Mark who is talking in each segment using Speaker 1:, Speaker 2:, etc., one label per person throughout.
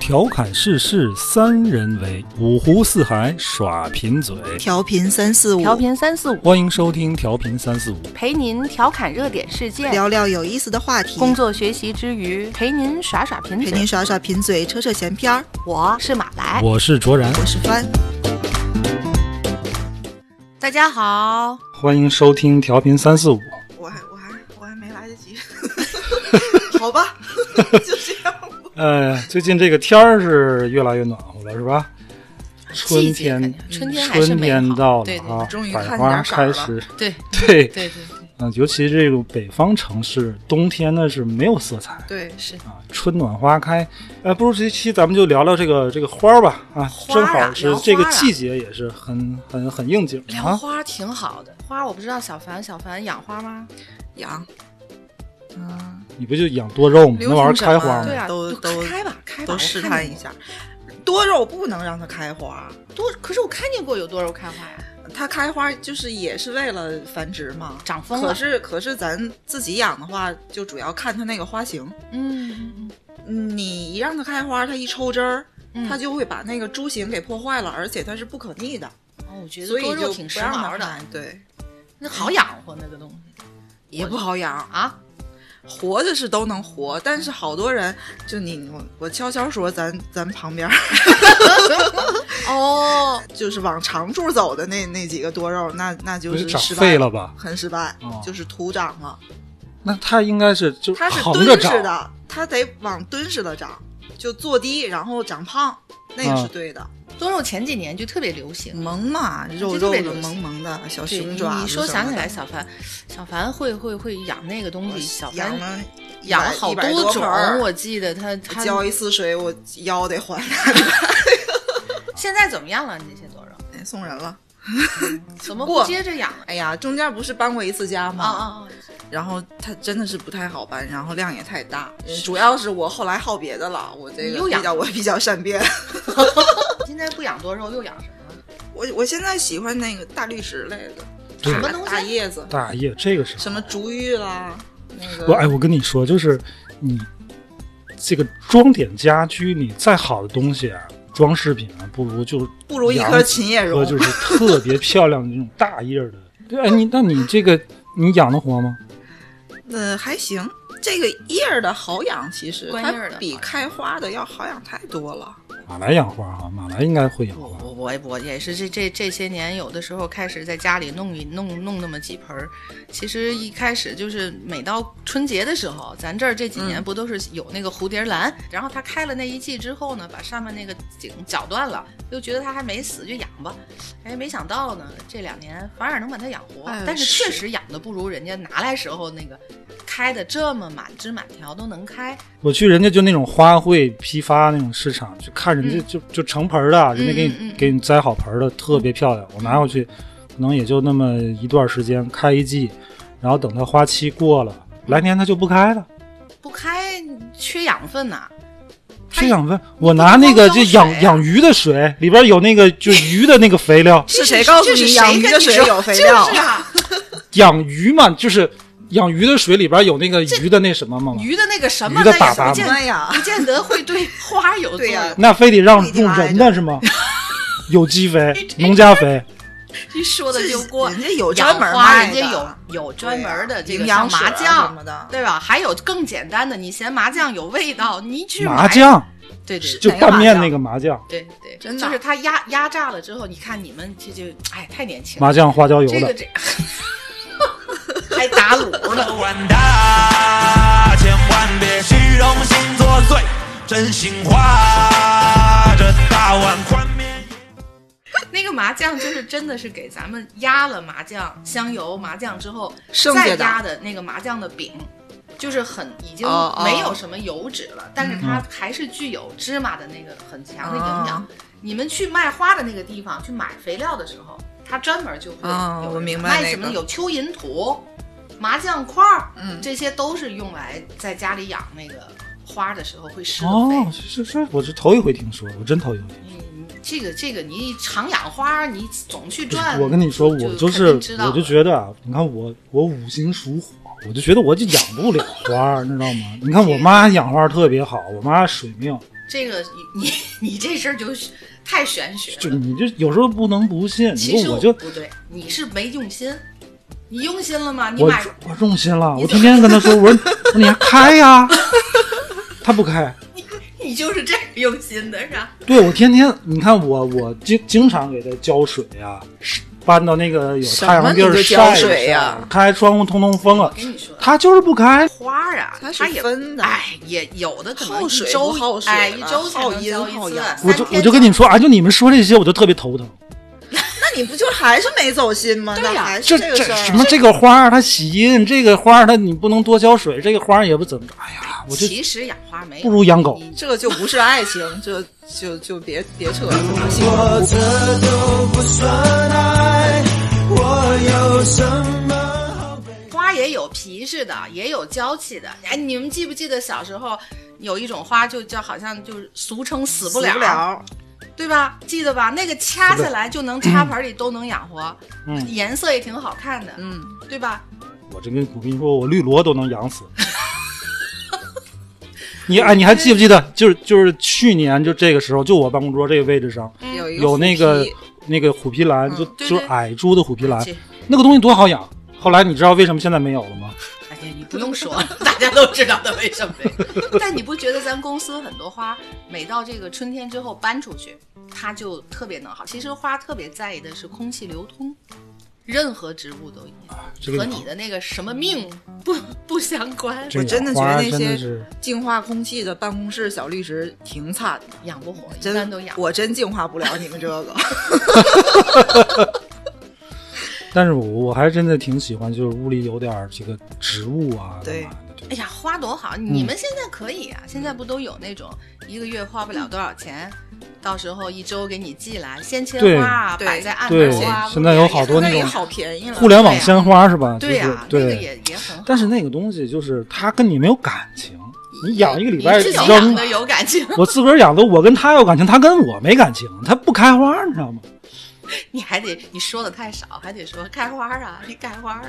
Speaker 1: 调侃世事三人为，五湖四海耍贫嘴。
Speaker 2: 调频三四五，
Speaker 3: 调频三四五，
Speaker 1: 欢迎收听调频三四五，
Speaker 3: 陪您调侃热点事件，
Speaker 2: 聊聊有意思的话题，
Speaker 3: 工作学习之余陪您耍耍贫
Speaker 2: 陪您
Speaker 3: 嘴。
Speaker 2: 耍耍贫嘴，扯扯闲篇儿。
Speaker 3: 我是马
Speaker 2: 哎
Speaker 3: 来，
Speaker 1: 我是卓然，
Speaker 2: 我是帆，
Speaker 3: 大家好，
Speaker 1: 欢迎收听调频三四五。
Speaker 2: 我还我还我还没来得及， 好吧， 就这样。
Speaker 1: 呃，最近这个天儿是越来越暖和了，是吧？春
Speaker 3: 季节
Speaker 1: 天
Speaker 3: 感觉，春天还是
Speaker 1: 春
Speaker 3: 美好
Speaker 1: 天到了
Speaker 3: 对对
Speaker 1: 啊，
Speaker 2: 终于
Speaker 1: 百
Speaker 2: 看
Speaker 1: 花
Speaker 2: 点色儿
Speaker 1: 开
Speaker 2: 了
Speaker 1: 始，
Speaker 3: 对
Speaker 1: 对，
Speaker 3: 对 对对对，
Speaker 1: 嗯、尤其这个北方城市，冬天呢是没有色彩
Speaker 2: 对，
Speaker 3: 是
Speaker 1: 啊，春暖花开。呃，不如这期咱们就聊聊这个这个花儿吧啊，
Speaker 3: 花
Speaker 1: 正
Speaker 3: 儿啊
Speaker 1: 好是
Speaker 3: 聊
Speaker 1: 这个
Speaker 3: 花儿啊
Speaker 1: 季节，也是很很很应景
Speaker 3: 聊
Speaker 1: 啊。
Speaker 3: 花挺好的，花我不知道小凡小凡养花吗？
Speaker 2: 羊
Speaker 3: 嗯，
Speaker 1: 你不就养多肉吗？
Speaker 2: 流
Speaker 1: 那
Speaker 2: 行
Speaker 1: 玩意儿
Speaker 2: 什
Speaker 1: 开
Speaker 2: 么
Speaker 1: 花
Speaker 3: 对
Speaker 1: 吗？
Speaker 3: 啊，
Speaker 2: 都
Speaker 3: 就
Speaker 2: 都
Speaker 3: 开吧开吧，
Speaker 2: 都
Speaker 3: 我
Speaker 2: 试
Speaker 3: 看
Speaker 2: 探
Speaker 3: 见
Speaker 2: 一下，多肉不能让它开花，
Speaker 3: 过多，可是我看见过有多肉开花呀，
Speaker 2: 它开花就是也是为了繁殖嘛。
Speaker 3: 长啊疯
Speaker 2: 可
Speaker 3: 了，
Speaker 2: 是可是咱自己养的话，就主要看它那个花型。
Speaker 3: 嗯嗯嗯
Speaker 2: 嗯你一让它开花，它一抽枝儿，
Speaker 3: 嗯，
Speaker 2: 它就会把那个株型给破坏了，而且它是不可逆的，
Speaker 3: 哦我觉得
Speaker 2: 所以
Speaker 3: 多肉
Speaker 2: 就
Speaker 3: 挺
Speaker 2: 不
Speaker 3: 时
Speaker 2: 让它
Speaker 3: 髦的，
Speaker 2: 开。对，
Speaker 3: 那好养活那个东西
Speaker 2: 也不好养，
Speaker 3: 啊，
Speaker 2: 活着是都能活，但是好多人就你我我悄悄说咱咱旁边儿
Speaker 3: 哦，
Speaker 2: 就是往长处走的那那几个多肉，那那就
Speaker 1: 不
Speaker 2: 是
Speaker 1: 长
Speaker 2: 失败
Speaker 1: 废，了吧？
Speaker 2: 很失败，
Speaker 1: 哦
Speaker 2: 就是徒长了。
Speaker 1: 那它应该是就
Speaker 2: 它是
Speaker 1: 横着
Speaker 2: 蹲式
Speaker 1: 长，
Speaker 2: 的，它得往蹲式的长，就坐低然后长胖，那个
Speaker 1: 啊
Speaker 2: 是对的。
Speaker 3: 多肉前几年就特别流行。
Speaker 2: 萌嘛，肉
Speaker 3: 就
Speaker 2: 肉
Speaker 3: 特别
Speaker 2: 的
Speaker 3: 流
Speaker 2: 萌萌的小
Speaker 3: 对
Speaker 2: 熊爪
Speaker 3: 你
Speaker 2: 子什么的，
Speaker 3: 说想起来，小凡，小凡会会会养那个东西，小
Speaker 2: 我养
Speaker 3: 凡
Speaker 2: 了
Speaker 3: 养了
Speaker 2: 100
Speaker 3: 好
Speaker 2: 100多
Speaker 3: 种
Speaker 2: 盆儿，
Speaker 3: 我记得他他
Speaker 2: 浇一次水，我腰得还
Speaker 3: 现在怎么样了？那些多肉
Speaker 2: 哎送人了。
Speaker 3: 怎么不
Speaker 2: 过
Speaker 3: 接着养了？
Speaker 2: 哎呀，中间不是搬过一次家吗？
Speaker 3: 啊啊啊！
Speaker 2: 然后它真的是不太好搬，然后量也太大，主要是我后来好别的了，我这
Speaker 3: 你
Speaker 2: 个
Speaker 3: 又养
Speaker 2: 比较我比较善变。
Speaker 3: 现在不养多肉又养什么了？
Speaker 2: 我我现在喜欢那个大绿植类的，
Speaker 1: 对
Speaker 3: 什么东
Speaker 2: 大
Speaker 3: 西？
Speaker 2: 叶子，
Speaker 1: 大叶这个是
Speaker 2: 什么竹芋啦，那
Speaker 1: 我
Speaker 2: 个
Speaker 1: 哎，我跟你说，就是你这个装点家居，你再好的东西啊，装饰品啊，不如就
Speaker 2: 不如一
Speaker 1: 养
Speaker 2: 颗琴叶
Speaker 1: 和
Speaker 2: 榕。
Speaker 1: 就是特别漂亮的那种大叶儿的。 对，哎，你那你这个你养得活吗？
Speaker 2: 呃，还行，这个叶儿的好养，其实
Speaker 3: 观叶儿
Speaker 2: 它
Speaker 3: 的
Speaker 2: 比
Speaker 3: 好养
Speaker 2: 开花的要好养太多了。
Speaker 1: 马来养花哈、马来应该会养
Speaker 3: 我
Speaker 1: 花。
Speaker 3: 我我我也是这这这些年，有的时候开始在家里弄一弄弄那么几盆儿。其实一开始就是每到春节的时候，咱这儿这几年
Speaker 2: 嗯
Speaker 3: 不都是有那个蝴蝶兰，然后它开了那一季之后呢，把上面那个茎绞断了，又觉得它还没死，就养吧。哎，没想到呢，这两年反而能把它养活，
Speaker 2: 哎
Speaker 3: 但是确
Speaker 2: 是，
Speaker 3: 实养的不如人家拿来时候那个开的这么满枝满条都能开。
Speaker 1: 我去人家就那种花卉批发那种市场，就看人家
Speaker 3: 嗯
Speaker 1: 就、就成盆儿的啊，人家给你、
Speaker 3: 嗯嗯嗯
Speaker 1: 给你摘好盆儿的，特别漂亮。我拿回去，可能也就那么一段时间开一季，然后等它花期过了，来年它就不开了。
Speaker 3: 不开缺养分呐、
Speaker 1: 缺氧分，我拿那个
Speaker 3: 不
Speaker 1: 就
Speaker 3: 能
Speaker 1: 养
Speaker 3: 装水啊
Speaker 1: 养鱼的水，里边有那个就鱼的那个肥料
Speaker 2: 是谁告诉
Speaker 3: 这是
Speaker 2: 你
Speaker 3: 谁
Speaker 2: 养
Speaker 3: 跟
Speaker 2: 鱼的
Speaker 3: 你
Speaker 2: 水
Speaker 3: 说
Speaker 2: 有肥料？
Speaker 3: 就是啊，
Speaker 1: 养鱼嘛，就是养鱼的水里边有那个鱼的那什么嘛，
Speaker 3: 鱼的那个什么
Speaker 1: 鱼的
Speaker 3: 呢
Speaker 1: 粑
Speaker 3: 也
Speaker 1: 粑
Speaker 3: 不见
Speaker 1: 嘛
Speaker 2: 哎呀，
Speaker 3: 不见得会对花有作
Speaker 2: 对呀
Speaker 3: 用。
Speaker 1: 那非得让
Speaker 2: 不一定
Speaker 1: 用
Speaker 2: 挨
Speaker 1: 人的是 吗？有机肥、农家肥，
Speaker 3: 你说的就过。
Speaker 2: 人家有专
Speaker 3: 养
Speaker 2: 门
Speaker 3: 花
Speaker 2: 卖
Speaker 3: 人
Speaker 2: 的
Speaker 3: 家有有专门的
Speaker 2: 对呀
Speaker 3: 这个
Speaker 2: 营养
Speaker 3: 像
Speaker 2: 水
Speaker 3: 麻
Speaker 2: 啊什
Speaker 3: 酱，
Speaker 2: 么的，
Speaker 3: 对吧？还有更简单的，你嫌麻酱有味道，你去买
Speaker 1: 麻，酱
Speaker 3: 对对
Speaker 1: 就
Speaker 2: 哪个
Speaker 1: 拌面
Speaker 2: 麻
Speaker 1: 那
Speaker 2: 酱
Speaker 1: 个麻酱，
Speaker 3: 对对，
Speaker 2: 真的
Speaker 3: 就是它压压榨了之后，你看你们这就哎太年轻了，
Speaker 1: 麻酱花椒油
Speaker 3: 这个
Speaker 1: 的。
Speaker 3: 这 还打卤呢，
Speaker 4: 不管他，千万别虚荣心作祟，真心话，这大碗宽面。
Speaker 3: 那个麻酱就是真的是给咱们压了麻酱、香油、麻酱之后，
Speaker 2: 剩
Speaker 3: 再
Speaker 2: 下的
Speaker 3: 压的那个麻酱的饼，就是很已经
Speaker 2: 哦哦
Speaker 3: 没有什么油脂了，但是它还是具有芝麻的那个很强的营养。
Speaker 2: 哦
Speaker 3: 你们去卖花的那个地方去买肥料的时候，它专门就会有人
Speaker 2: 哦我明白
Speaker 3: 卖
Speaker 2: 那
Speaker 3: 什么
Speaker 2: 个
Speaker 3: 有蚯蚓土、麻酱块儿，
Speaker 2: 嗯
Speaker 3: 这些都是用来在家里养那个花的时候会施的肥。
Speaker 1: 哦，是是是，我是头一回听说，我真头一回听。
Speaker 3: 嗯，这个这个，你常养花，你总去
Speaker 1: 不是
Speaker 3: 转。
Speaker 1: 我跟你说，我
Speaker 3: 就
Speaker 1: 就是
Speaker 3: 肯定知，道
Speaker 1: 我就觉得啊，你看我我五行属火，我就觉得我就养不了花儿，你知道吗？你看我妈养花儿特别好，我妈水命，
Speaker 3: 这个你你你这事儿就是太玄学
Speaker 1: 就
Speaker 3: 了。
Speaker 1: 你就有时候不能不信，
Speaker 3: 其
Speaker 1: 你
Speaker 3: 实
Speaker 1: 说我就
Speaker 3: 不对，你是没用心，你用心了吗？你
Speaker 1: 我
Speaker 3: 买
Speaker 1: 我用心了，
Speaker 3: 你
Speaker 1: 我天天跟他说，我说我说你还开呀， 他不开。
Speaker 3: 你就是这样用心的是吧？
Speaker 1: 对我天天，你看我我经经常给他浇水呀、是搬到那个有太阳的地
Speaker 2: 什么
Speaker 1: 儿
Speaker 2: 你就
Speaker 1: 晒
Speaker 2: 浇
Speaker 1: 一
Speaker 2: 水
Speaker 1: 晒
Speaker 2: 呀
Speaker 1: 开窗户通通风了，
Speaker 3: 跟你说，
Speaker 1: 他就是不开。
Speaker 3: 花啊，它
Speaker 2: 它是
Speaker 3: 也
Speaker 2: 分的
Speaker 3: 哎，也有的可能
Speaker 2: 耗
Speaker 3: 一
Speaker 2: 水不
Speaker 3: 周
Speaker 2: 耗水
Speaker 3: 哎，
Speaker 2: 了
Speaker 3: 一周才
Speaker 2: 耗
Speaker 3: 能
Speaker 2: 阴
Speaker 3: 浇一
Speaker 2: 耗
Speaker 3: 次
Speaker 2: 阳。
Speaker 1: 我就我就跟你们说啊，就你们说这些，我就特别头疼。
Speaker 2: 那你不就还是没走心吗？
Speaker 3: 对呀
Speaker 2: 那还
Speaker 1: 这
Speaker 2: 是个事
Speaker 1: 什么
Speaker 2: 儿。啊
Speaker 1: 这个花儿它喜阴，这个花儿它你不能多浇水，这个花儿也不怎么着。哎呀，我就
Speaker 3: 其实养花没有
Speaker 1: 不如养狗。
Speaker 2: 这个就不是爱情，这就就别别扯了，怎么幸福？
Speaker 4: 我这都不算爱，我有什么好悲？
Speaker 3: 花也有皮实的，也有娇气的。哎，你们记不记得小时候有一种花就叫好像就是俗称死不
Speaker 2: 死
Speaker 3: 了，
Speaker 2: 不了，
Speaker 3: 对吧？记得吧？那个掐下来就能插盆里都能养活，
Speaker 1: 嗯
Speaker 3: 颜色也挺好看的，
Speaker 2: 嗯，
Speaker 3: 对吧？
Speaker 1: 我这跟我跟你说，我绿萝都能养死。 你哎，你还记不记得？就是就是去年就这个时候，就我办公桌这个位置上
Speaker 3: 嗯
Speaker 2: 有一个
Speaker 1: 有那个哎
Speaker 2: 虎皮
Speaker 1: 那个虎皮兰，就
Speaker 3: 对
Speaker 1: 就是
Speaker 3: 对
Speaker 1: 矮株的虎皮兰
Speaker 3: 这，
Speaker 1: 那个东西多好养。后来你知道为什么现在没有了吗？
Speaker 3: 哎呀，你不用说， 大家都知道它为什么没有。但你不觉得咱公司很多花，每到这个春天之后搬出去，它就特别能好？其实花特别在意的是空气流通，任何植物都一样，
Speaker 1: 这个
Speaker 3: 和你的那个什么命不不相关，
Speaker 1: 这
Speaker 2: 我真的
Speaker 1: 养花
Speaker 2: 觉得
Speaker 1: 真
Speaker 2: 那
Speaker 1: 的
Speaker 2: 些
Speaker 1: 是
Speaker 2: 净化空气的办公室小绿植挺惨的，
Speaker 3: 养不活，一般
Speaker 2: 真
Speaker 3: 都养。
Speaker 2: 我真净化不了你们这个。
Speaker 1: 但是我我还真的挺喜欢，就是屋里有点儿这个植物啊，
Speaker 2: 对
Speaker 1: 干嘛的，
Speaker 3: 哎呀，花多好！你
Speaker 1: 嗯
Speaker 3: 们现在可以啊，现在不都有那种一个月花不
Speaker 1: 嗯
Speaker 3: 了多少钱，到时候一周给你寄来，鲜切花啊，
Speaker 2: 对
Speaker 3: 摆在案头
Speaker 1: 对
Speaker 3: 啊。
Speaker 1: 现 在有好多那
Speaker 2: 那也
Speaker 1: 种
Speaker 2: 好便宜了，
Speaker 1: 互联网
Speaker 3: 对呀
Speaker 1: 鲜花是吧？
Speaker 3: 对呀、
Speaker 1: 就是
Speaker 3: 那
Speaker 1: 对
Speaker 3: 个也也很好。
Speaker 1: 但是那个东西就是它跟你没有感情，你养一个礼拜
Speaker 3: 你自己养
Speaker 1: 扔
Speaker 3: 的，有感情，
Speaker 1: 我自个儿养的，我跟它有感情，它跟我没感情，它不开花，你知道吗？
Speaker 3: 你还得你说的太少，还得说开花啊，你开花啊，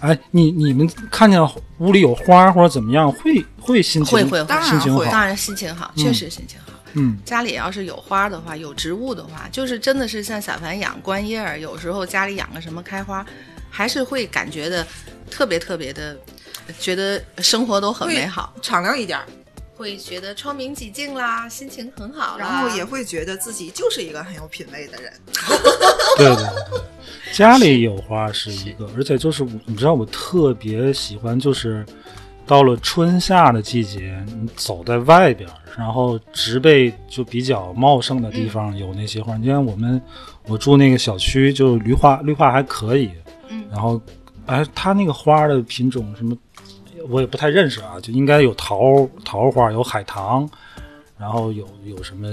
Speaker 1: 哎，你你们看见屋里有花或者怎么样，会会心情
Speaker 3: 会会啊会
Speaker 2: 当然
Speaker 1: 心情
Speaker 2: 会
Speaker 1: 好，
Speaker 3: 当然心情好，
Speaker 1: 嗯
Speaker 3: 确实心情好。
Speaker 1: 嗯，
Speaker 3: 家里要是有花的话，有植物的话，就是真的是像小凡养观叶儿，有时候家里养个什么开花，还是会感觉的特别特别的，觉得生活都很美好，
Speaker 2: 敞亮一点儿，
Speaker 3: 会觉得窗明几净啦，心情很好啦，
Speaker 2: 然后也会觉得自己就是一个很有品位的人。
Speaker 1: 对对对，家里有花是一个，而且就是我你知道我特别喜欢，就是到了春夏的季节，你走在外边儿，然后植被就比较茂盛的地方有那些花。你看我们我住那个小区，就绿化绿化还可以，
Speaker 3: 嗯
Speaker 1: 然后哎，它那个花的品种什么。我也不太认识啊，就应该有桃桃花，有海棠，然后有有什么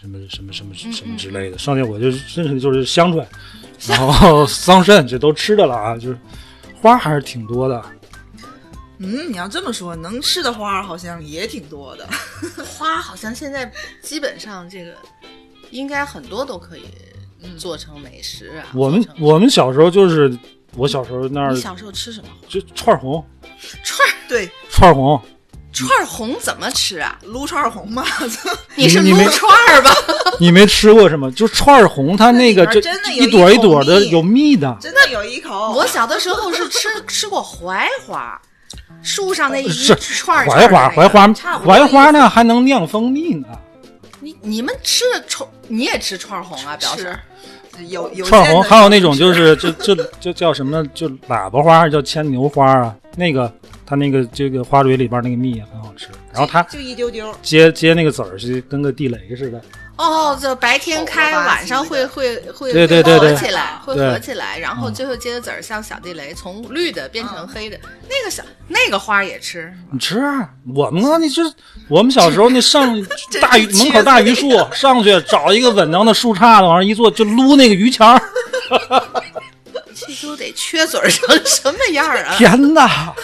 Speaker 1: 什么什么什么
Speaker 3: 嗯
Speaker 1: 什么之类的，剩下我就认识的就是香椿，然后桑葚，这都吃的了啊，就是花还是挺多的。
Speaker 2: 嗯，你要这么说，能吃的花儿好像也挺多的。
Speaker 3: 花好像现在基本上这个应该很多都可以做成美食啊。
Speaker 1: 我们
Speaker 3: 做成
Speaker 1: 我们小时候就是我小时候那儿
Speaker 3: 你小时候吃什么花？
Speaker 1: 就串红，
Speaker 3: 串儿
Speaker 2: 对，
Speaker 1: 串儿红，
Speaker 3: 串儿红怎么吃啊？
Speaker 2: 撸串儿红吧，
Speaker 3: 你是
Speaker 1: 你
Speaker 3: 撸
Speaker 1: 没
Speaker 3: 串儿吧？
Speaker 1: 你没吃过是吗？就串儿红，它那个
Speaker 2: 那
Speaker 1: 就
Speaker 2: 里边真的有
Speaker 1: 一
Speaker 2: 一
Speaker 1: 朵一
Speaker 2: 口
Speaker 1: 朵的
Speaker 2: 蜜
Speaker 1: 有蜜的，
Speaker 2: 真的有一
Speaker 1: 哦
Speaker 2: 口。
Speaker 3: 我小的时候是吃 吃过槐花，树上那一
Speaker 1: 哦是
Speaker 3: 串儿
Speaker 1: 槐花槐花
Speaker 3: 差不多
Speaker 1: 槐花呢还能酿蜂蜜呢。
Speaker 3: 你你们吃的串，你也吃串儿红啊，表
Speaker 2: 是
Speaker 3: 示
Speaker 2: 有有
Speaker 1: 串
Speaker 2: 见
Speaker 1: 红，
Speaker 2: 的
Speaker 1: 还有那种就是就就就叫什么，就喇叭花，叫牵牛花啊，那个它那个这个花蕊里边那个蜜也很好吃，然后它
Speaker 2: 就一丢丢。
Speaker 1: 接接那个籽儿是跟个地雷似的，
Speaker 3: 哦，这白天开，
Speaker 2: 好吧
Speaker 3: 晚上
Speaker 2: 记
Speaker 3: 会
Speaker 2: 得
Speaker 3: 会会
Speaker 1: 对对对
Speaker 3: 会合
Speaker 1: 对
Speaker 3: 起来，会
Speaker 1: 对
Speaker 3: 合起来，然后
Speaker 1: 嗯
Speaker 3: 最后结的籽儿像小地雷，从绿的变成黑的。那个小那个花也吃，
Speaker 1: 你吃啊？我们啊，那就是我们小时候那上大榆
Speaker 2: 真是
Speaker 1: 门口大榆树上去找一个稳当的树杈子往上一坐，就撸那个榆钱儿。
Speaker 3: 这都得缺嘴儿成什么样儿 啊？
Speaker 1: 天哪！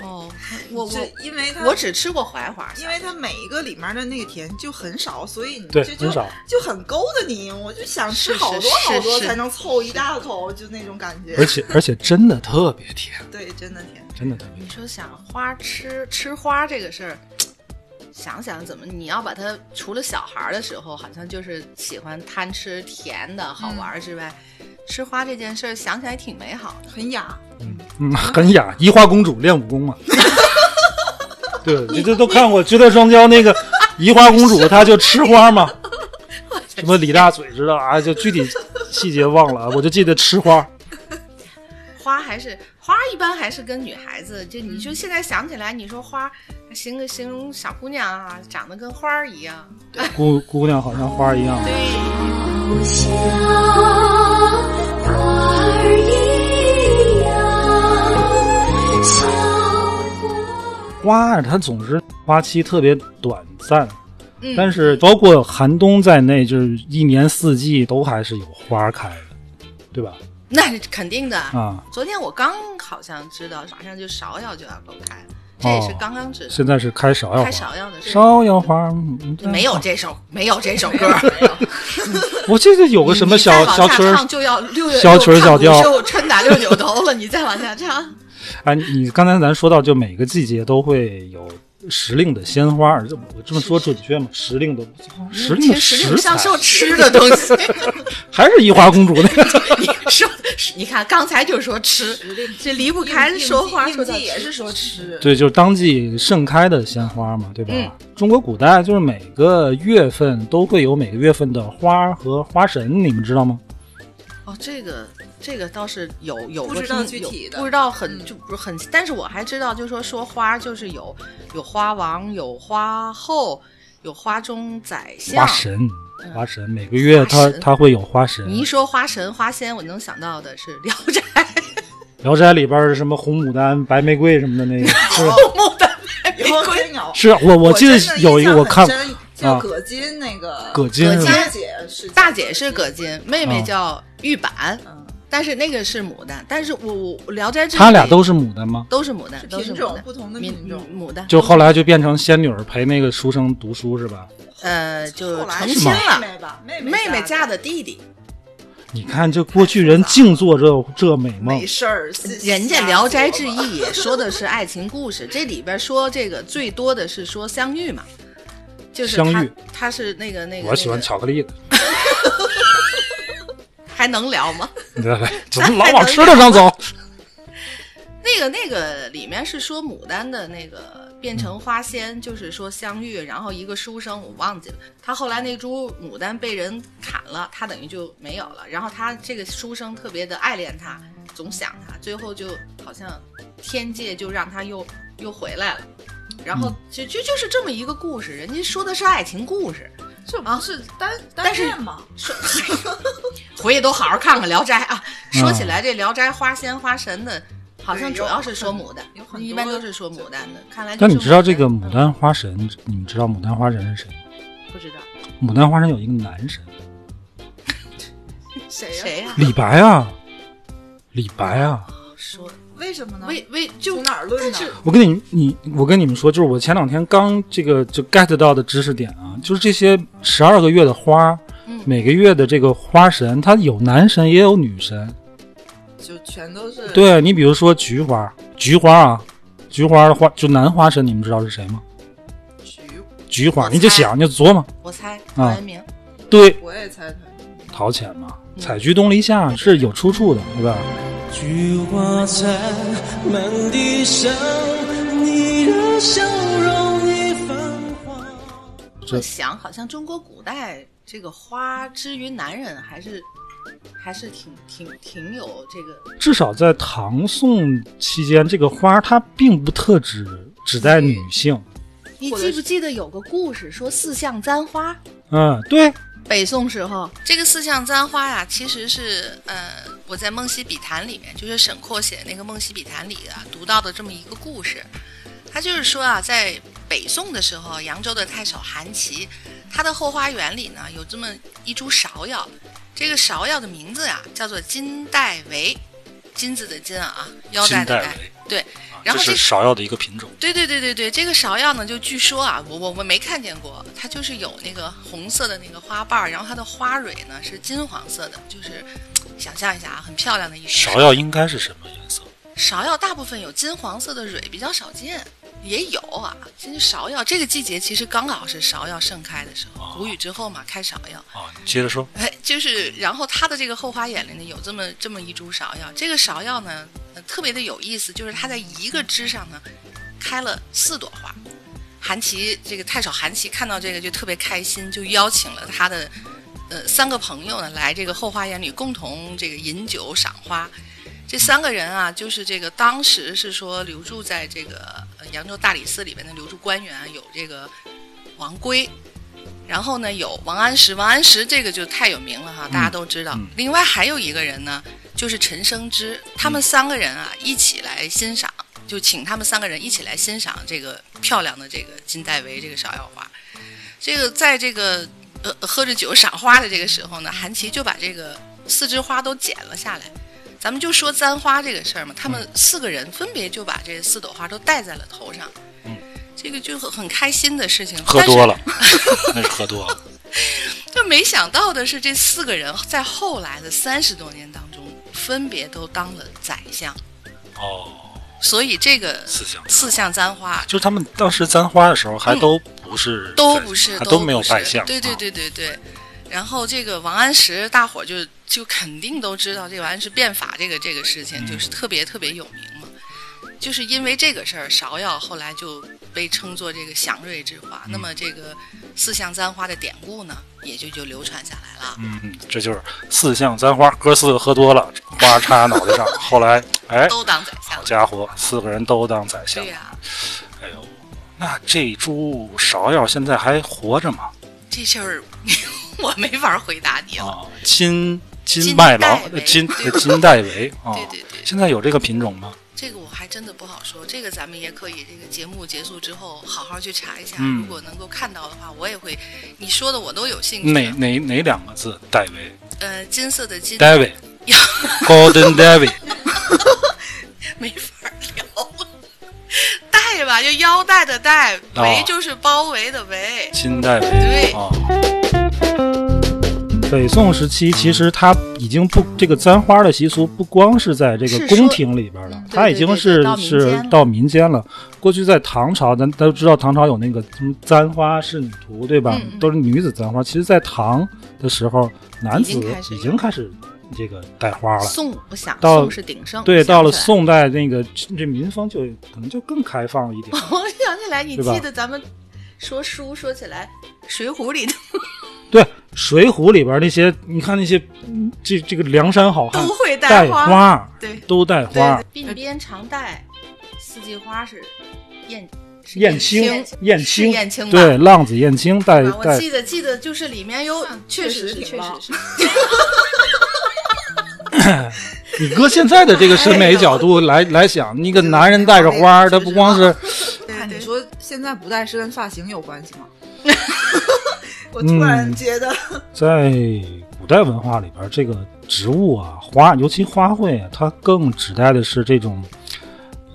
Speaker 3: 哦，我
Speaker 2: 就
Speaker 3: 我
Speaker 2: 因为它
Speaker 3: 我只吃过槐花，
Speaker 2: 因为它每一个里面的那个甜就很少，所以你
Speaker 1: 对
Speaker 2: 就
Speaker 1: 很
Speaker 2: 就
Speaker 1: 少
Speaker 2: 就很勾搭你。我就想吃
Speaker 3: 是
Speaker 2: 好
Speaker 3: 是
Speaker 2: 多
Speaker 3: 是
Speaker 2: 好多
Speaker 3: 是
Speaker 2: 才能凑一大口，就那种感
Speaker 1: 而
Speaker 2: 觉。
Speaker 1: 且而且真的特别甜，
Speaker 2: 对，真的甜。
Speaker 1: 真的特别甜。
Speaker 3: 你说想花吃吃花这个事儿，想想怎么你要把它除了小孩儿的时候，好像就是喜欢贪吃甜的好玩儿之外，吃花这件事儿想起来挺美好的。
Speaker 2: 很雅，
Speaker 1: 嗯， 很雅，移花公主练武功 嘛。对，你这都看过《绝代双骄》那 个移花公主，她就吃花嘛，什么李大嘴知道啊？就具体细节忘了啊，我就记得吃花。
Speaker 3: 花还是花，一般还是跟女孩子，就你就现在想起来，你说花，形个形容小姑娘啊，长得跟花儿一样。
Speaker 1: 姑姑娘好像花一样，
Speaker 5: 不像花儿一样小花。
Speaker 1: 花儿它总是花期特别短暂，
Speaker 3: 嗯，
Speaker 1: 但是包括寒冬在内，就是一年四季都还是有花儿开的，对吧？
Speaker 3: 那是肯定的。
Speaker 1: 啊，
Speaker 3: 昨天我刚好像知道，马上就芍药就要够开了，这也是刚刚知道。
Speaker 1: 哦现在是开芍药花，
Speaker 3: 开芍药的时候，
Speaker 1: 芍药花嗯
Speaker 3: 没有这首，没有这首歌。
Speaker 1: 我记得有个什么小
Speaker 3: 你再
Speaker 1: 小
Speaker 3: 往下
Speaker 1: 曲儿，
Speaker 3: 唱就要六月
Speaker 1: 小曲儿小调
Speaker 3: 六唱五十五春打六九头了，你再往下唱。
Speaker 1: 哎，你刚才咱说到，就每个季节都会有时令的鲜花，这我这么说准确吗？时令的时令
Speaker 3: 嗯其
Speaker 1: 的
Speaker 3: 实实际
Speaker 1: 食
Speaker 3: 上
Speaker 1: 材
Speaker 3: 像受吃的东 西，
Speaker 1: 还是移花公主那个
Speaker 3: 你说，你看刚才就说吃，这离不开说话
Speaker 2: 应
Speaker 3: 说
Speaker 2: 季
Speaker 3: 到
Speaker 2: 应季也
Speaker 3: 吃
Speaker 2: 是说 吃，
Speaker 1: 对，就是当季盛开的鲜花嘛，对吧？中国古代就是每个月份都会有每个月份的花和花神，你们知道吗？
Speaker 3: 哦，这个这个倒是有有
Speaker 2: 不
Speaker 3: 过
Speaker 2: 知道
Speaker 3: 听
Speaker 2: 具
Speaker 3: 有
Speaker 2: 体的
Speaker 3: 不知道很
Speaker 2: 嗯
Speaker 3: 就不是很，但是我还知道，就是说说花就是有有花王，有花后，有花中宰
Speaker 1: 花
Speaker 3: 相。
Speaker 1: 神，花神，每个月它
Speaker 3: 花神
Speaker 1: 它会有花神。
Speaker 3: 你一说花神花仙，我能想到的是《聊斋》
Speaker 1: 聊斋里边儿什么红牡丹、白玫瑰什么的那个，是吧
Speaker 3: 牡丹
Speaker 2: 以后真有。
Speaker 1: 是啊我我记得
Speaker 2: 真的
Speaker 1: 有一
Speaker 2: 印
Speaker 1: 个
Speaker 2: 象
Speaker 1: 我
Speaker 2: 很
Speaker 1: 看
Speaker 2: 深
Speaker 1: 啊
Speaker 2: 就葛金那个
Speaker 1: 葛金是吧
Speaker 3: 葛金
Speaker 2: 大姐是
Speaker 3: 大姐是葛金，妹妹
Speaker 1: 哦
Speaker 3: 叫玉板，
Speaker 2: 嗯
Speaker 3: 但是那个是牡丹，但是我我《聊斋志异》
Speaker 1: 他俩都是牡丹吗？
Speaker 3: 都是牡丹，
Speaker 2: 是
Speaker 3: 都是
Speaker 2: 品
Speaker 3: 嗯牡
Speaker 2: 种
Speaker 3: 丹
Speaker 2: 不同的
Speaker 3: 民
Speaker 2: 品种
Speaker 3: 牡丹
Speaker 1: 就后来就变成仙女儿陪那个书生读书是吧？
Speaker 3: 呃就
Speaker 2: 后来
Speaker 3: 成
Speaker 2: 是
Speaker 3: 亲了，
Speaker 2: 妹妹吧，妹
Speaker 3: 妹妹
Speaker 2: 妹
Speaker 3: 嫁的弟弟，
Speaker 1: 你看这过去人净做这这美梦
Speaker 2: 没，事儿，
Speaker 3: 人家《聊斋志
Speaker 2: 异
Speaker 3: 异》也说的是爱情故事，这里边说这个最多的是说相遇嘛，就是
Speaker 1: 相
Speaker 3: 他
Speaker 1: 遇
Speaker 3: 他是那个那个，
Speaker 1: 我喜欢
Speaker 3: 那个
Speaker 1: 巧克力的。
Speaker 3: 还能聊吗？
Speaker 1: 你再来，怎么老往吃的上走？
Speaker 3: 那个那个里面是说牡丹的那个变成花仙，就是说相遇，然后一个书生我忘记了，他后来那株牡丹被人砍了，他等于就没有了。然后他这个书生特别的爱恋他，总想他，最后就好像天界就让他又又回来了。然后就就就是这么一个故事，人家说的是爱情故事，
Speaker 2: 这不是单
Speaker 3: 啊但
Speaker 2: 单
Speaker 3: 是
Speaker 2: 恋吗？
Speaker 3: 说回去都好好看看《聊斋》啊。
Speaker 1: 嗯
Speaker 3: 说起来，这《聊斋》花仙花神的，好像
Speaker 2: 对
Speaker 3: 主要是说牡丹
Speaker 2: 有很，多
Speaker 3: 一般都是说牡丹的。看来就
Speaker 1: 那
Speaker 3: 是
Speaker 1: 你知道这个牡
Speaker 3: 丹
Speaker 1: 丹花神？你们知道牡丹花神是谁吗？
Speaker 3: 嗯不知道
Speaker 1: 牡丹花神有一个男神，
Speaker 2: 谁呀？
Speaker 3: 谁 呀？
Speaker 1: 李白啊，李白啊。
Speaker 3: 说
Speaker 2: 为什么呢？
Speaker 3: 为为就
Speaker 2: 从哪儿论呢？
Speaker 1: 我跟你你我跟你们说，就是我前两天刚这个就 get 到的知识点啊，就是这些十二个月的花
Speaker 3: 嗯，
Speaker 1: 每个月的这个花神，它有男神也有女神。
Speaker 2: 就全都是
Speaker 1: 对你比如说菊花，菊花啊，菊花的花就男花神，你们知道是谁吗？
Speaker 2: 菊，
Speaker 1: 菊花，
Speaker 3: 我
Speaker 1: 你就
Speaker 3: 猜
Speaker 1: 想，你就琢磨，
Speaker 3: 我猜陶
Speaker 1: 啊
Speaker 3: 渊明，
Speaker 1: 对，
Speaker 2: 我也猜他。
Speaker 1: 陶潜嘛，
Speaker 3: 嗯
Speaker 1: 采菊东篱下是有出处的，对吧？
Speaker 6: 菊花残，满地伤，你的笑容已泛黄。
Speaker 1: 这
Speaker 3: 我想好像中国古代这个花之于男人，还是还是挺挺挺有这个
Speaker 1: 至少在唐宋期间，这个花它并不特指指代女性。。
Speaker 3: 你
Speaker 2: 或者
Speaker 3: 记
Speaker 2: 是
Speaker 3: 不记得有个故事说四象簪花？
Speaker 1: 嗯，对，
Speaker 3: 北宋时候，这个四象簪花呀、其实是呃，我在《梦溪笔谈》里面，就是沈括写的那个《梦溪笔谈》里啊，读到的这么一个故事。他就是说啊，在北宋的时候，扬州的太守韩琦，他的后花园里呢有这么一株芍药，这个芍药的名字呀、叫做金带围，金子的金啊，腰带的带，对。然后这
Speaker 1: 芍药的一个品种。
Speaker 3: 对对对对对，这个芍药呢，就据说啊，我我我没看见过，它就是有那个红色的那个花瓣儿，然后它的花蕊呢是金黄色的，就是嘖想象一下啊，很漂亮的一株。
Speaker 1: 药应该是什么颜色？
Speaker 3: 芍药大部分有金黄色的蕊，比较少见。也有啊，其实芍药这个季节其实刚好是芍药盛开的时候，谷雨之后嘛，开芍药。
Speaker 1: 啊，你接着说。
Speaker 3: 哎，就是，然后它的这个后花园里呢，有这么这么一株芍药。这个芍药呢，呃特别的有意思，就是它在一个枝上呢，开了四朵花。韩琦这个太守韩琦看到这个就特别开心，就邀请了他的呃三个朋友呢来这个后花园里共同这个饮酒赏花。这三个人啊，就是这个当时是说留驻在这个呃扬州大理寺里边的留驻官员啊有这个王圭，然后呢有王安石，王安石这个就太有名了哈，大家都知道。
Speaker 1: 嗯
Speaker 3: 另外还有一个人呢，就是陈生之，他们三个人啊一起来欣赏，就请他们三个人一起来欣赏这个漂亮的这个金带围这个芍药花。这个在这个呃喝着酒赏花的这个时候呢，韩琦就把这个四枝花都剪了下来。咱们就说簪花这个事儿嘛，他们四个人分别就把这四朵花都戴在了头上，
Speaker 1: 嗯，
Speaker 3: 这个就很很开心的事情。
Speaker 1: 喝
Speaker 3: 但是
Speaker 1: 多了， 那是喝多了。
Speaker 3: 就没想到的是，这四个人在后来的三十多年当中，分别都当了宰相，
Speaker 1: 哦，
Speaker 3: 所以这个
Speaker 1: 四相
Speaker 3: 四相簪花
Speaker 1: 就是他们当时簪花的时候，还都不是在、
Speaker 3: 嗯都不是
Speaker 1: 还
Speaker 3: 都
Speaker 1: 啊没有
Speaker 3: 不是
Speaker 1: 拜相。
Speaker 3: 对对
Speaker 1: 啊，
Speaker 3: 对对对。然后这个王安石，大伙儿就就肯定都知道这个王安石变法这个这个事情，就是特别特别有名嘛。就是因为这个事儿，芍药后来就被称作这个祥瑞之花。那么这个四象簪花的典故呢，也就就流传下来了。
Speaker 1: 嗯嗯，这就是四象簪花，哥四个喝多了，花插脑袋 上。后来，哎，
Speaker 3: 都当宰相
Speaker 1: 好
Speaker 3: 了，
Speaker 1: 家伙，四个人都当宰相
Speaker 3: 对
Speaker 1: 了。
Speaker 3: 呀、
Speaker 1: 哎呦，那这株芍药现在还活着吗？
Speaker 3: 这事儿 我没法回答你了。
Speaker 1: 啊，金金
Speaker 3: 金
Speaker 1: 麦郎
Speaker 3: 带，维
Speaker 1: 金呃
Speaker 3: 对
Speaker 1: 金带维啊，
Speaker 3: 对对对
Speaker 1: 现在有这个品种吗？
Speaker 3: 这个我还真的不好说，这个咱们也可以这个节目结束之后好好去查一下。
Speaker 1: 嗯
Speaker 3: 如果能够看到的话，我也会。你说的我都有兴
Speaker 1: 哪
Speaker 3: 趣。
Speaker 1: 哪哪两个字？戴维
Speaker 3: 呃，金色的金，
Speaker 1: 戴维 ，Golden David，
Speaker 3: 没法 聊。带吧，就腰带的带，
Speaker 1: 哦
Speaker 3: 围就是包围的围。
Speaker 1: 金戴维
Speaker 3: 对
Speaker 1: 啊。北宋时期，其实它已经不这个簪花的习俗不光是在这个
Speaker 3: 是说嗯
Speaker 1: 宫廷里边了，
Speaker 3: 对
Speaker 1: 它已
Speaker 3: 对
Speaker 1: 经
Speaker 3: 对
Speaker 1: 是是
Speaker 3: 对到民间了
Speaker 1: 到民间了。过去在唐朝，咱咱都知道唐朝有那个什么簪花仕女图，对吧？
Speaker 3: 嗯嗯
Speaker 1: 都是女子簪花。其实，在唐的时候，男子
Speaker 3: 已经开始
Speaker 1: 已经开始这个戴花了。
Speaker 3: 宋，我想
Speaker 1: 到
Speaker 3: 宋是鼎盛。
Speaker 1: 对，
Speaker 3: 想
Speaker 1: 到了
Speaker 3: 起来。
Speaker 1: 宋代，那个这民风就可能就更开放一点。
Speaker 3: 我想起来，你
Speaker 1: 对吧
Speaker 3: 记得咱们说书说起来，《水浒》里头
Speaker 1: 对，《水浒》里边那些，你看那些，嗯这这个梁山好汉
Speaker 3: 都会
Speaker 1: 啊带
Speaker 3: 花。
Speaker 1: 花，
Speaker 3: 对
Speaker 1: 都带花，
Speaker 3: 鬓边常戴四季花是燕是
Speaker 1: 燕
Speaker 3: 青
Speaker 1: 青，燕青，
Speaker 3: 是燕青吧
Speaker 1: 对，浪子燕青带
Speaker 3: 吧？我
Speaker 1: 带
Speaker 3: 记得记得就是里面有，嗯确实是确实是。
Speaker 1: 你搁现在的这个审美角度来来 想，那个男人带着花儿，他不光是，
Speaker 2: 看哎你
Speaker 3: 对
Speaker 2: 说现在不戴是跟发型有关系 吗？我突然觉得，
Speaker 3: 嗯
Speaker 1: 在古代文化里边，这个植物啊，花，尤其花卉啊，它更指代的是这种，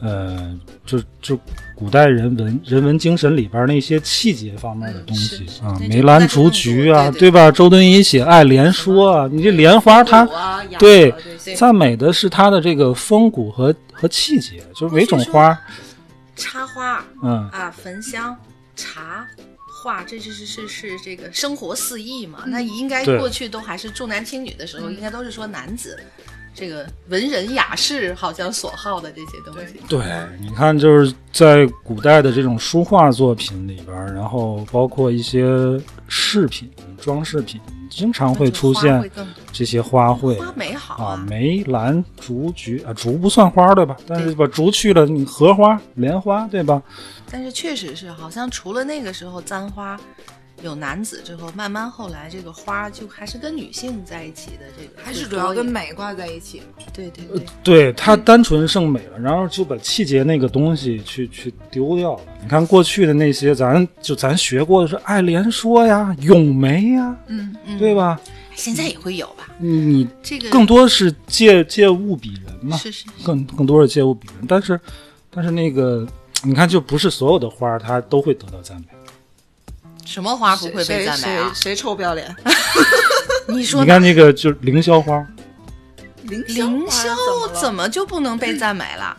Speaker 1: 呃，就就古代人文人文精神里边那些气节方面的东西
Speaker 3: 嗯是是
Speaker 1: 啊
Speaker 3: 那，就
Speaker 1: 梅兰竹菊啊，
Speaker 3: 那就更多对对
Speaker 1: 吧？周敦颐写《爱莲说》啊，你这莲花它
Speaker 3: 有啊，养
Speaker 1: 对
Speaker 3: 鹅对，
Speaker 1: 赞美的是它的这个风骨和和气节，
Speaker 3: 哦
Speaker 1: 就是每种花，
Speaker 3: 插花
Speaker 1: 嗯，
Speaker 3: 啊，焚香、茶、画，这是是是是这个生活四艺嘛？那应该
Speaker 1: 对
Speaker 3: 过去都还是重男轻女的时候，应该都是说男子。这个文人雅士好像所好的这些东西，
Speaker 1: 对，你看，就是在古代的这种书画作品里边儿，然后包括一些饰品、装饰品，经常会出
Speaker 3: 那就花
Speaker 1: 现
Speaker 3: 会更多
Speaker 1: 这些花卉
Speaker 3: 花美好
Speaker 1: 啊，梅兰竹菊啊，竹不算花儿对吧？但是把竹去了，你荷花、莲花对吧？
Speaker 3: 但是确实是，好像除了那个时候簪花有男子之后，慢慢后来这个花就还是跟女性在一起的这个，
Speaker 2: 还是主要跟美挂在一起。
Speaker 3: 对对
Speaker 1: 呃
Speaker 3: 对，
Speaker 1: 对，它单纯剩美了，然后就把气节那个东西去去丢掉了。你看过去的那些，咱就咱学过的是《爱莲说》呀，《咏梅》呀，
Speaker 2: 嗯，
Speaker 3: 嗯
Speaker 1: 对？吧？
Speaker 3: 现在也会有吧？
Speaker 1: 你
Speaker 3: 这个
Speaker 1: 更多是借借物比人嘛，
Speaker 3: 嗯是是
Speaker 1: 更更多是借物比人。但是，但是那个，你看，就不是所有的花儿它都会得到赞美。
Speaker 3: 什么花不会被
Speaker 2: 谁
Speaker 3: 赞美
Speaker 2: 谁
Speaker 3: 啊？
Speaker 2: 谁臭不要脸？
Speaker 3: 你
Speaker 1: 你
Speaker 3: 说
Speaker 1: 看那个，就是凌霄花，
Speaker 2: 凌
Speaker 3: 凌
Speaker 2: 霄
Speaker 3: 霄啊
Speaker 2: 怎
Speaker 3: 怎
Speaker 2: 么
Speaker 3: 么就不能被赞美了？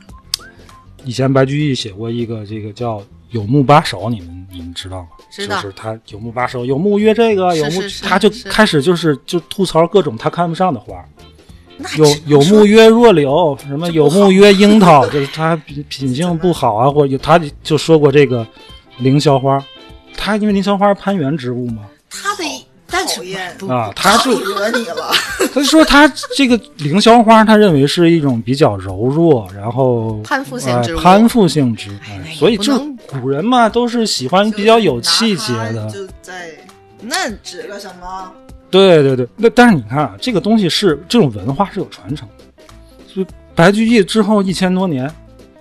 Speaker 1: 以前白居易写过一个这个叫《有木八首》，你们你们知道吗？
Speaker 3: 知道
Speaker 1: 就是他有木八首，有木约这个，
Speaker 3: 是
Speaker 1: 有木
Speaker 3: 是是
Speaker 1: 他就是开始就是就吐槽各种他看不上的花儿，
Speaker 3: 那
Speaker 1: 有
Speaker 3: 只能
Speaker 1: 有
Speaker 3: 说
Speaker 1: 木约弱柳，什么有木约樱桃，就是他品品性不好啊，或者有他就说过这个凌霄花，他因为凌霄花是攀援植物嘛，
Speaker 3: 他的一，但是
Speaker 2: 讨厌
Speaker 3: 不
Speaker 1: 啊，他就
Speaker 2: 惹你了，
Speaker 1: 他就说他这个凌霄花，他认为是一种比较柔弱，然后
Speaker 3: 攀附性植物
Speaker 1: 呃攀附性植物，
Speaker 3: 哎那也
Speaker 1: 所以
Speaker 3: 不
Speaker 1: 就
Speaker 3: 能
Speaker 1: 古人嘛，都是喜欢比较有气节的。
Speaker 2: 就在
Speaker 3: 那
Speaker 2: 指个什么？
Speaker 1: 对对对，那但是你看啊，这个东西是这种文化是有传承的，就白居易之后一千多年，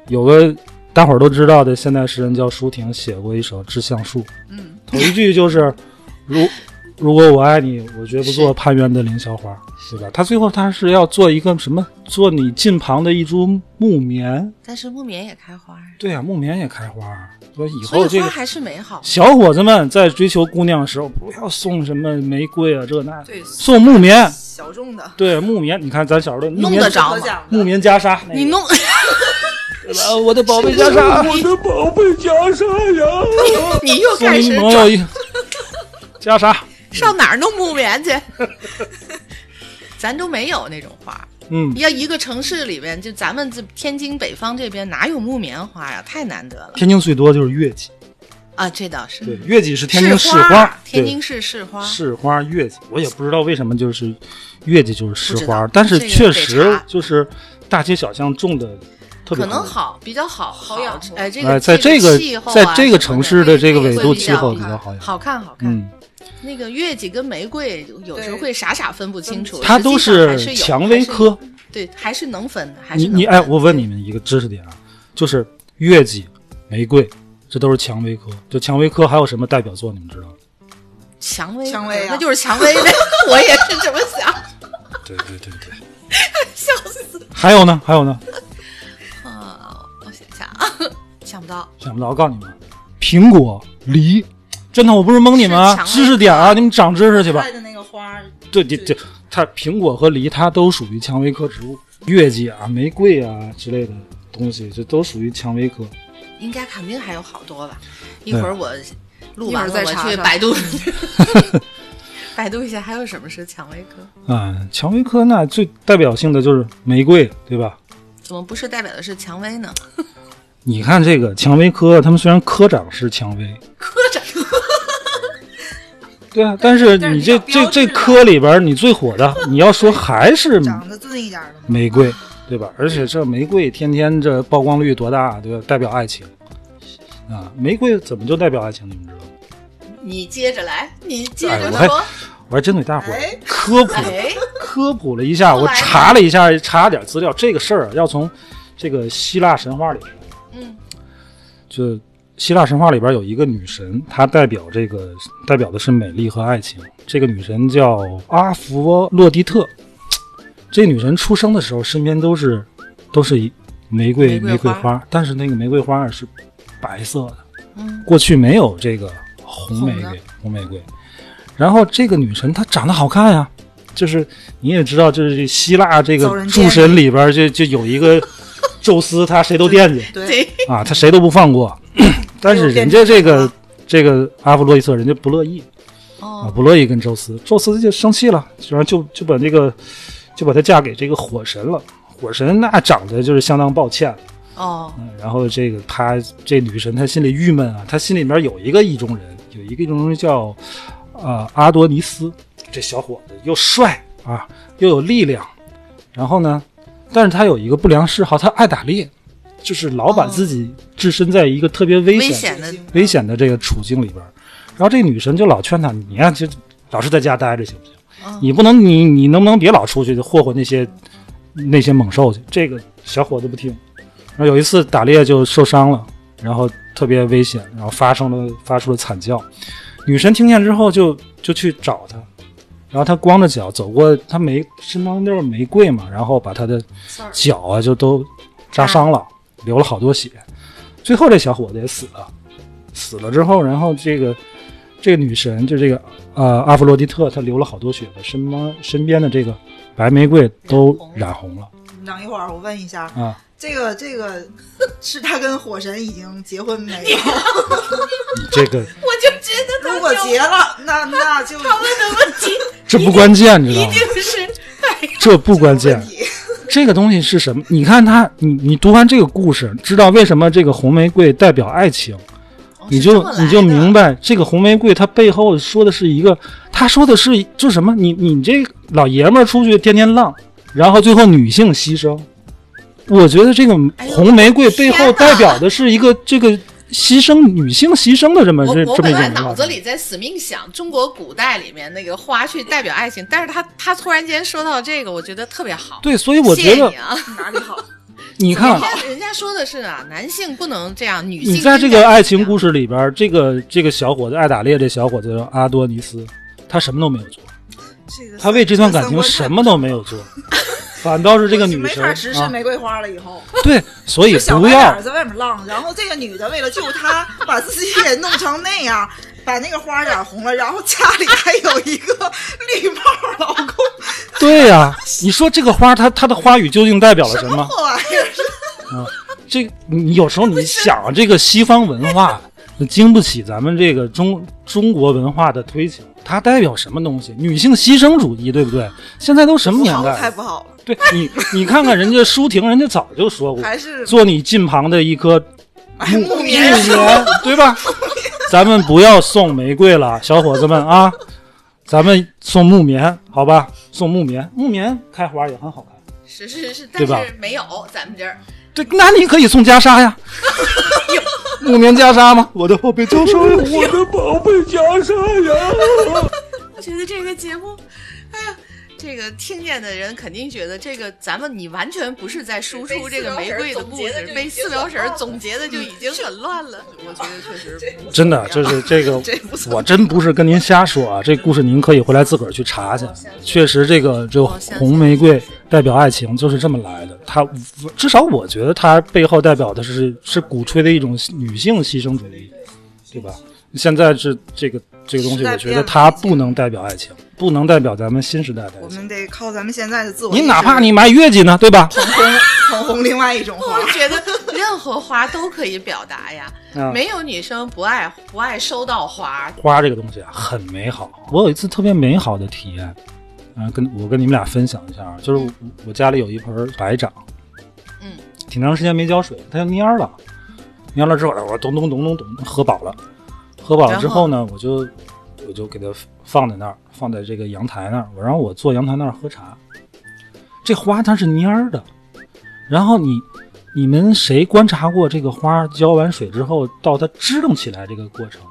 Speaker 1: 有个大伙儿都知道的现代诗人叫舒婷，写过一首《致橡树》，
Speaker 2: 嗯，
Speaker 1: 头一句就是“如 如果我爱你，我绝不做攀援的凌霄花”，对吧？他最后他是要做一个什么？做你近旁的一株木棉。
Speaker 3: 但是木棉也开花儿，
Speaker 1: 对啊，木棉也开花儿，所以以
Speaker 3: 所
Speaker 1: 后
Speaker 3: 以
Speaker 1: 哦这
Speaker 3: 花
Speaker 1: 个
Speaker 3: 还是美好。
Speaker 1: 小伙子们在追求姑娘的时候，不要送什么玫瑰啊，这那，
Speaker 2: 对，
Speaker 1: 送木棉。
Speaker 2: 小众的，
Speaker 1: 对木棉，你看咱小时候木
Speaker 3: 弄
Speaker 1: 棉
Speaker 3: 得着
Speaker 2: 可
Speaker 3: 吗
Speaker 2: 讲的
Speaker 1: 木棉袈裟，那个
Speaker 3: 你弄，
Speaker 1: 对吧我的宝贝 袈裟，
Speaker 6: 我的宝贝袈裟呀！
Speaker 3: 你又
Speaker 1: 送
Speaker 3: 开
Speaker 1: 你
Speaker 3: 始
Speaker 1: 朋友一袈裟，
Speaker 3: 上哪儿弄木棉去？ 咱都没有那种花儿，
Speaker 1: 嗯，
Speaker 3: 要一个城市里边，就咱们这天津北方这边哪有木棉花呀？太难得了
Speaker 1: 天津最多就是月季，
Speaker 3: 啊！这倒是，
Speaker 1: 对，月季是天津市
Speaker 3: 市
Speaker 1: 花
Speaker 3: 花，，天
Speaker 1: 对
Speaker 3: 津市市花，
Speaker 1: 市花月季，我也不知道为什么就是月季就是市
Speaker 3: 不知
Speaker 1: 花
Speaker 3: 道，
Speaker 1: 但是
Speaker 3: 这个
Speaker 1: 确
Speaker 3: 得
Speaker 1: 实
Speaker 3: 查
Speaker 1: 就是大街小巷种的特别
Speaker 3: 可能。好，比较好，好
Speaker 2: 养活
Speaker 3: 哎，这
Speaker 1: 哎，
Speaker 3: 个
Speaker 1: 在这
Speaker 3: 这
Speaker 1: 个
Speaker 3: 气候啊
Speaker 1: 在这个
Speaker 3: 什么
Speaker 1: 城市的这个纬
Speaker 3: 会
Speaker 1: 度
Speaker 3: 比
Speaker 1: 气
Speaker 3: 较
Speaker 1: 候
Speaker 3: 好
Speaker 1: 比较好养，
Speaker 3: 好看，好看。
Speaker 1: 嗯，
Speaker 3: 那个月季跟玫瑰有时候
Speaker 2: 对
Speaker 3: 会傻傻分不清楚，
Speaker 1: 它都
Speaker 3: 实际上还是有
Speaker 1: 蔷薇，科。
Speaker 3: 还是对，还是能分的，还是
Speaker 1: 你
Speaker 3: 能
Speaker 1: 你
Speaker 3: 分
Speaker 1: 哎，我问你们一个知识点啊，就是月季、玫瑰，这都是蔷薇科。就蔷薇科还有什么代表作？你们知道吗？
Speaker 3: 蔷薇科，
Speaker 2: 蔷薇啊
Speaker 3: 那就是蔷薇呗， 我也是这么想。
Speaker 1: 对对对 对，笑死！还有呢？还有呢？
Speaker 3: 啊，我想想啊，想不到，
Speaker 1: 想不到，我告诉你们，苹果、梨，真的，我不是蒙你们啊，
Speaker 3: 是蔷薇
Speaker 1: 知识点啊，你们长知识去吧
Speaker 2: 菜。的那个花儿，
Speaker 1: 对对对，它苹果和梨，它都属于蔷薇科植物，月季啊、玫瑰啊之类的东西，这都属于蔷薇科。
Speaker 3: 应该肯定还有好多吧。一会儿我录完
Speaker 2: 一
Speaker 3: 了，
Speaker 2: 会儿再
Speaker 3: 我
Speaker 2: 查
Speaker 3: 去
Speaker 2: 查
Speaker 3: 百度， 百度一下还有什么是蔷薇科？
Speaker 1: 啊、蔷薇科那最代表性的就是玫瑰，对吧？
Speaker 3: 怎么不是代表的是蔷薇呢？
Speaker 1: 你看这个蔷薇科，他们虽然科长是蔷薇，
Speaker 3: 科长，
Speaker 1: 对啊，但是
Speaker 2: 但是
Speaker 1: 你
Speaker 2: 比
Speaker 1: 这
Speaker 2: 较
Speaker 1: 这
Speaker 2: 标
Speaker 1: 这
Speaker 2: 志的
Speaker 1: 科里边儿你最火的，你要说还是
Speaker 2: 长得俊一点的，
Speaker 1: 玫瑰，对吧？而且这玫瑰天天这曝光率多大，对吧？代表爱情啊，玫瑰怎么就代表爱情？你们知道吗？
Speaker 3: 你接着来，你接
Speaker 1: 哎
Speaker 3: 着
Speaker 1: 我还
Speaker 3: 说。
Speaker 1: 我还真给大伙儿
Speaker 2: 哎
Speaker 1: 科普、
Speaker 3: 哎，
Speaker 1: 科普了一下，
Speaker 3: 后
Speaker 1: 我
Speaker 3: 来呢
Speaker 1: 查了一下，查了点资料，这个事儿啊要从这个希腊神话里说，
Speaker 3: 嗯，
Speaker 1: 就希腊神话里边有一个女神，她代表这个代表的是美丽和爱情。这个女神叫阿芙洛狄特，这女神出生的时候身边都是都是一玫瑰
Speaker 3: 玫瑰
Speaker 1: 瑰
Speaker 3: 花
Speaker 1: 花，但是那个玫瑰花是白色的，
Speaker 3: 嗯
Speaker 1: 过去没有这个红玫
Speaker 3: 红
Speaker 1: 瑰，红玫瑰。然后这个女神她长得好看呀，就是你也知道，就是希腊这
Speaker 2: 遭
Speaker 1: 个
Speaker 2: 人
Speaker 1: 诸
Speaker 2: 惦记
Speaker 1: 神里边儿就就有一 个宙斯，他谁都惦记，
Speaker 2: 对，
Speaker 3: 对，
Speaker 1: 啊，他谁都不放 过。但是人家这个这个阿弗洛伊特，人家不乐意啊，
Speaker 3: 哦，
Speaker 1: 不乐意跟宙斯，宙斯就生气了，然后就就把这个就把她嫁给这个火神了。火神那长得就是相当抱歉，
Speaker 3: 哦，
Speaker 1: 嗯然后这个她这女神她心里郁闷啊，她心里面有一个意中人，有一个意中人叫呃阿多尼斯，这小伙子又帅啊，又有力量，然后呢，但是他有一个不良嗜好，他爱打猎，就是老把
Speaker 3: 哦
Speaker 1: 自己置身在一个特别危
Speaker 3: 危
Speaker 1: 险、
Speaker 3: 险的，
Speaker 1: 危险的这个处境里边儿。然后这个女神就老劝他，你呀、就老是在家待着行不行？
Speaker 3: 嗯
Speaker 1: 你不能，你你能不能别老出去就霍霍那些那些猛兽去？这个小伙子不听。然后有一次打猎就受伤了，然后特别危险，然后发生了发出了惨叫。女神听见之后就就去找他，然后他光着脚走过，他玫身旁都是玫瑰嘛，然后把他的
Speaker 3: 刺儿嗯
Speaker 1: 脚啊就都扎伤了，流了好多血。最后这小伙子也死了，死了之后，然后这个这个女神就这个呃阿弗洛狄特，她流了好多血，把身旁身边的这个白玫瑰都染红了。
Speaker 2: 等一会儿我问一下，
Speaker 1: 啊，
Speaker 2: 这个这个是他跟火神已经结婚 没有？
Speaker 1: 你这个
Speaker 3: 我就觉得他
Speaker 2: 如果
Speaker 3: 就
Speaker 2: 结了，那 那就
Speaker 3: 他问的问题
Speaker 1: 这不关键，你知道
Speaker 3: 一
Speaker 1: 吗？
Speaker 3: 定是哎呀
Speaker 1: 这不关
Speaker 2: 问
Speaker 1: 键，
Speaker 2: 题。
Speaker 1: 这个东西是什么？你看他，你你读完这个故事，知道为什么这个红玫瑰代表爱情，
Speaker 3: 哦
Speaker 1: 你就你就明。白这个红玫瑰它背后说的是一个，他说的是就是什么？你你这老爷们儿出去天天浪，然后最后女性牺牲。我觉得这个
Speaker 3: 哎呦
Speaker 1: 红玫瑰背
Speaker 3: 天
Speaker 1: 后
Speaker 3: 哪
Speaker 1: 代表的是一
Speaker 3: 哎
Speaker 1: 个这个牺牲女性牺牲的这么
Speaker 3: 我
Speaker 1: 这
Speaker 3: 我
Speaker 1: 这么
Speaker 3: 本
Speaker 1: 一种
Speaker 3: 来
Speaker 1: 文化
Speaker 3: 脑子里在死命想中国古代里面那个花去代表爱情，但是他他突然间说到这个，我觉得特别好。
Speaker 1: 对，所以我
Speaker 3: 谢
Speaker 1: 觉
Speaker 3: 谢
Speaker 1: 得
Speaker 3: 你啊，
Speaker 2: 哪里好？
Speaker 1: 你看
Speaker 3: 人家人家说的是啊，男性不能这样，女性
Speaker 1: 你在这
Speaker 3: 应
Speaker 1: 个
Speaker 3: 该
Speaker 1: 爱情
Speaker 3: 这样
Speaker 1: 故事里边儿，这个这个小伙子爱打猎，这小伙子叫阿多尼斯，他什么都没有做，
Speaker 2: 这个
Speaker 1: 他为这段感情什么都没有做，反倒是这个 女
Speaker 2: 没
Speaker 1: 神
Speaker 2: 法直视
Speaker 1: 啊，
Speaker 2: 玫瑰花了。以后
Speaker 1: 对，所以
Speaker 2: 这小
Speaker 1: 不
Speaker 2: 白
Speaker 1: 要
Speaker 2: 脸在外面浪，然后这个女的为了救他，把自己也弄成那样，把那个花染红了，然后家里还有一个绿帽老公，
Speaker 1: 对呀、你说这个花，它它的花语究竟代表了
Speaker 2: 什
Speaker 1: 什么
Speaker 2: 么？破玩意儿？
Speaker 1: 这你有时候你想这个西方文化，经不起咱们这个中中国文化的推请，它代表什么东西？女性牺牲主义，对不对？现在都什么年
Speaker 2: 不
Speaker 1: 代
Speaker 2: 好
Speaker 1: 了？
Speaker 2: 太不好了，
Speaker 1: 对你，你看看人家舒婷，人家早就说过，
Speaker 2: 还是
Speaker 1: 做你近旁的一颗木
Speaker 2: 木棉
Speaker 1: 棉，对吧？咱们不要送玫瑰了，小伙子们啊，咱们送木棉，好吧？送木棉，木棉开花也很好看。
Speaker 3: 是是是，但
Speaker 1: 对吧
Speaker 3: 是没有咱们这儿。
Speaker 1: 对，那你可以送袈裟 呀，木棉袈裟吗？我的宝贝袈裟， 我的宝贝袈裟呀。
Speaker 3: 我觉得这个节目，哎呀，这个听见的人肯定觉得这个咱们你完全不是在输出这个玫瑰的故事，被四秒婶儿总结的就已经很乱了。我觉得确实不
Speaker 1: 真
Speaker 2: 哎
Speaker 1: 的，这是这 个
Speaker 3: 这不怎，么
Speaker 1: 我真不是跟您瞎说啊，这故事您可以回来自个儿去查去。确实，这个这
Speaker 3: 我相信
Speaker 1: 红玫瑰代表爱情就是这么来的。它至少我觉得它背后代表的是是鼓吹的一种女性牺牲主义，对吧？现在是这个这个东
Speaker 2: 时
Speaker 1: 西，
Speaker 2: 代
Speaker 1: 我觉
Speaker 2: 变
Speaker 1: 得
Speaker 2: 了
Speaker 1: 它不能代表爱情，不能代表咱们新时代的
Speaker 2: 我
Speaker 1: 爱情。
Speaker 2: 们得靠咱们现在的自我意识。
Speaker 1: 你哪怕你买月季呢，对 吧？
Speaker 2: 捧红另外一种花，
Speaker 3: 觉得任何花都可以表达呀，
Speaker 1: 啊
Speaker 3: 没有女生不爱不爱收到花。
Speaker 1: 花这个东西啊，很美好。我有一次特别美好的体验，啊、跟我跟你们俩分享一下啊，就是我我家里有一盆白掌，
Speaker 3: 嗯，
Speaker 1: 挺长时间没浇水，它就蔫儿了，蔫了之后，我咚咚咚咚咚喝饱了，喝饱了之后呢，我就我就给它放在那儿，放在这个阳台那儿，我让我坐阳台那儿喝茶。这花它是蔫儿的，然后你你们谁观察过这个花浇完水之后到它支棱起来这个过程？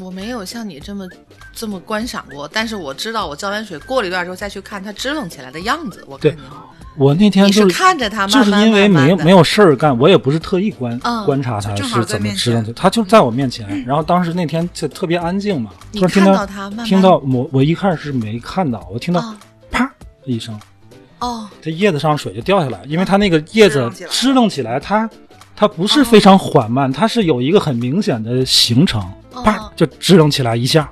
Speaker 3: 我没有像你这么这么观赏过，但是我知道我浇完水过了一段之后再去看它支棱起来的样子，我
Speaker 1: 对
Speaker 3: 看见了。
Speaker 1: 我那天
Speaker 3: 你
Speaker 1: 就是
Speaker 3: 看着它
Speaker 1: 就
Speaker 3: 慢
Speaker 1: 是
Speaker 3: 慢
Speaker 1: 因为
Speaker 3: 慢
Speaker 1: 没
Speaker 3: 慢
Speaker 1: 有
Speaker 3: 的
Speaker 1: 没有事儿干，我也不是特意观、
Speaker 3: 嗯
Speaker 1: 观察它
Speaker 2: 就正好
Speaker 1: 是
Speaker 2: 在
Speaker 1: 怎么
Speaker 2: 面
Speaker 1: 支棱
Speaker 2: 前
Speaker 1: 起，它就在我面前。然后当时那天就特别安静嘛，
Speaker 3: 你
Speaker 1: 突然听
Speaker 3: 看
Speaker 1: 到
Speaker 3: 到它慢慢
Speaker 1: 听到我我一开始是没看到，我听到
Speaker 3: 啊
Speaker 1: 啪一声，
Speaker 3: 哦，
Speaker 1: 它叶子上水就掉下来，因为它那个叶子
Speaker 2: 支棱起来
Speaker 1: 支棱起来，它它不
Speaker 3: 嗯
Speaker 1: 是非常缓慢，它是有一个很明显的行程，啪
Speaker 3: 哦
Speaker 1: 就支棱起来一下。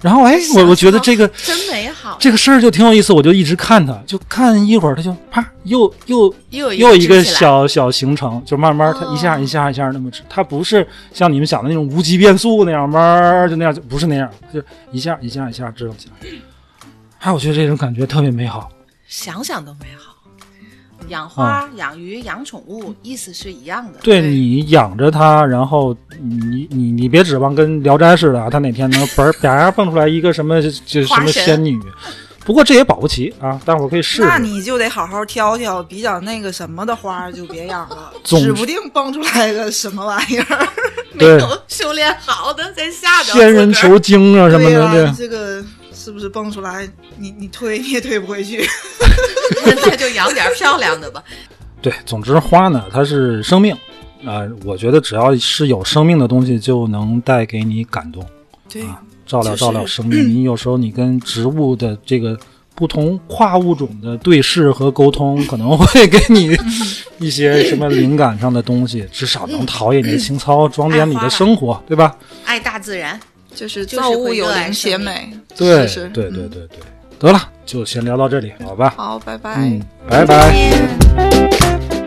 Speaker 1: 然后哎，我我觉得这个
Speaker 3: 真美好。
Speaker 1: 这个事儿就挺有意思，我就一直看它，就看一会儿，它就啪又又
Speaker 3: 又
Speaker 1: 又一个
Speaker 3: 支起来
Speaker 1: 小小行程，就慢慢它一下
Speaker 3: 哦
Speaker 1: 一下一下那么吃，它不是像你们想的那种无极变速那样慢儿就那样，就不是那样，就一下一下一下支棱起来。哎，我觉得这种感觉特别美好。
Speaker 3: 想想都美好。养花、养鱼、养宠物，意思是一样的。
Speaker 1: 嗯对你养着它，然后你你你别指望跟《聊斋》似的啊，它哪天能嘣儿啪蹦出来一个什么就什
Speaker 3: 花
Speaker 1: 么
Speaker 3: 神
Speaker 1: 仙女。不过这也保不齐啊，大伙儿可以试
Speaker 2: 那
Speaker 1: 试。
Speaker 2: 你就得好好挑挑比较那个什么的花儿，就别养了，
Speaker 1: 总
Speaker 2: 指不定蹦出来个什么玩意儿。
Speaker 3: 没
Speaker 1: 对
Speaker 3: 有修炼好的，在下边
Speaker 1: 仙人球精啊什么
Speaker 2: 对呀、
Speaker 1: 的，对。
Speaker 2: 这个是不是蹦出来？你你推你也推不回去。
Speaker 1: 啊
Speaker 3: 那就养点漂亮的吧。
Speaker 1: 对，总之花呢，它是生命，啊、我觉得只要是有生命的东西，就能带给你感动，
Speaker 2: 对，
Speaker 1: 照
Speaker 2: 就
Speaker 1: 料
Speaker 2: 是
Speaker 1: 照料生命。你有时候你跟植物的这个不同跨物种的对视和沟通，可能 会给你一些什么灵感上的东西，至少
Speaker 2: 嗯
Speaker 1: 能陶冶你的情操，装点你的生活，对吧？
Speaker 3: 爱大自然，
Speaker 2: 就是
Speaker 3: 就是
Speaker 2: 造物
Speaker 3: 会热
Speaker 2: 有
Speaker 3: 爱
Speaker 2: 灵且
Speaker 3: 生命
Speaker 2: 美。
Speaker 1: 对，
Speaker 2: 是是嗯
Speaker 1: 对对对对，
Speaker 2: 得了，就先聊到这里，好吧？
Speaker 1: 好，拜拜。
Speaker 2: 嗯，拜拜。
Speaker 1: 见。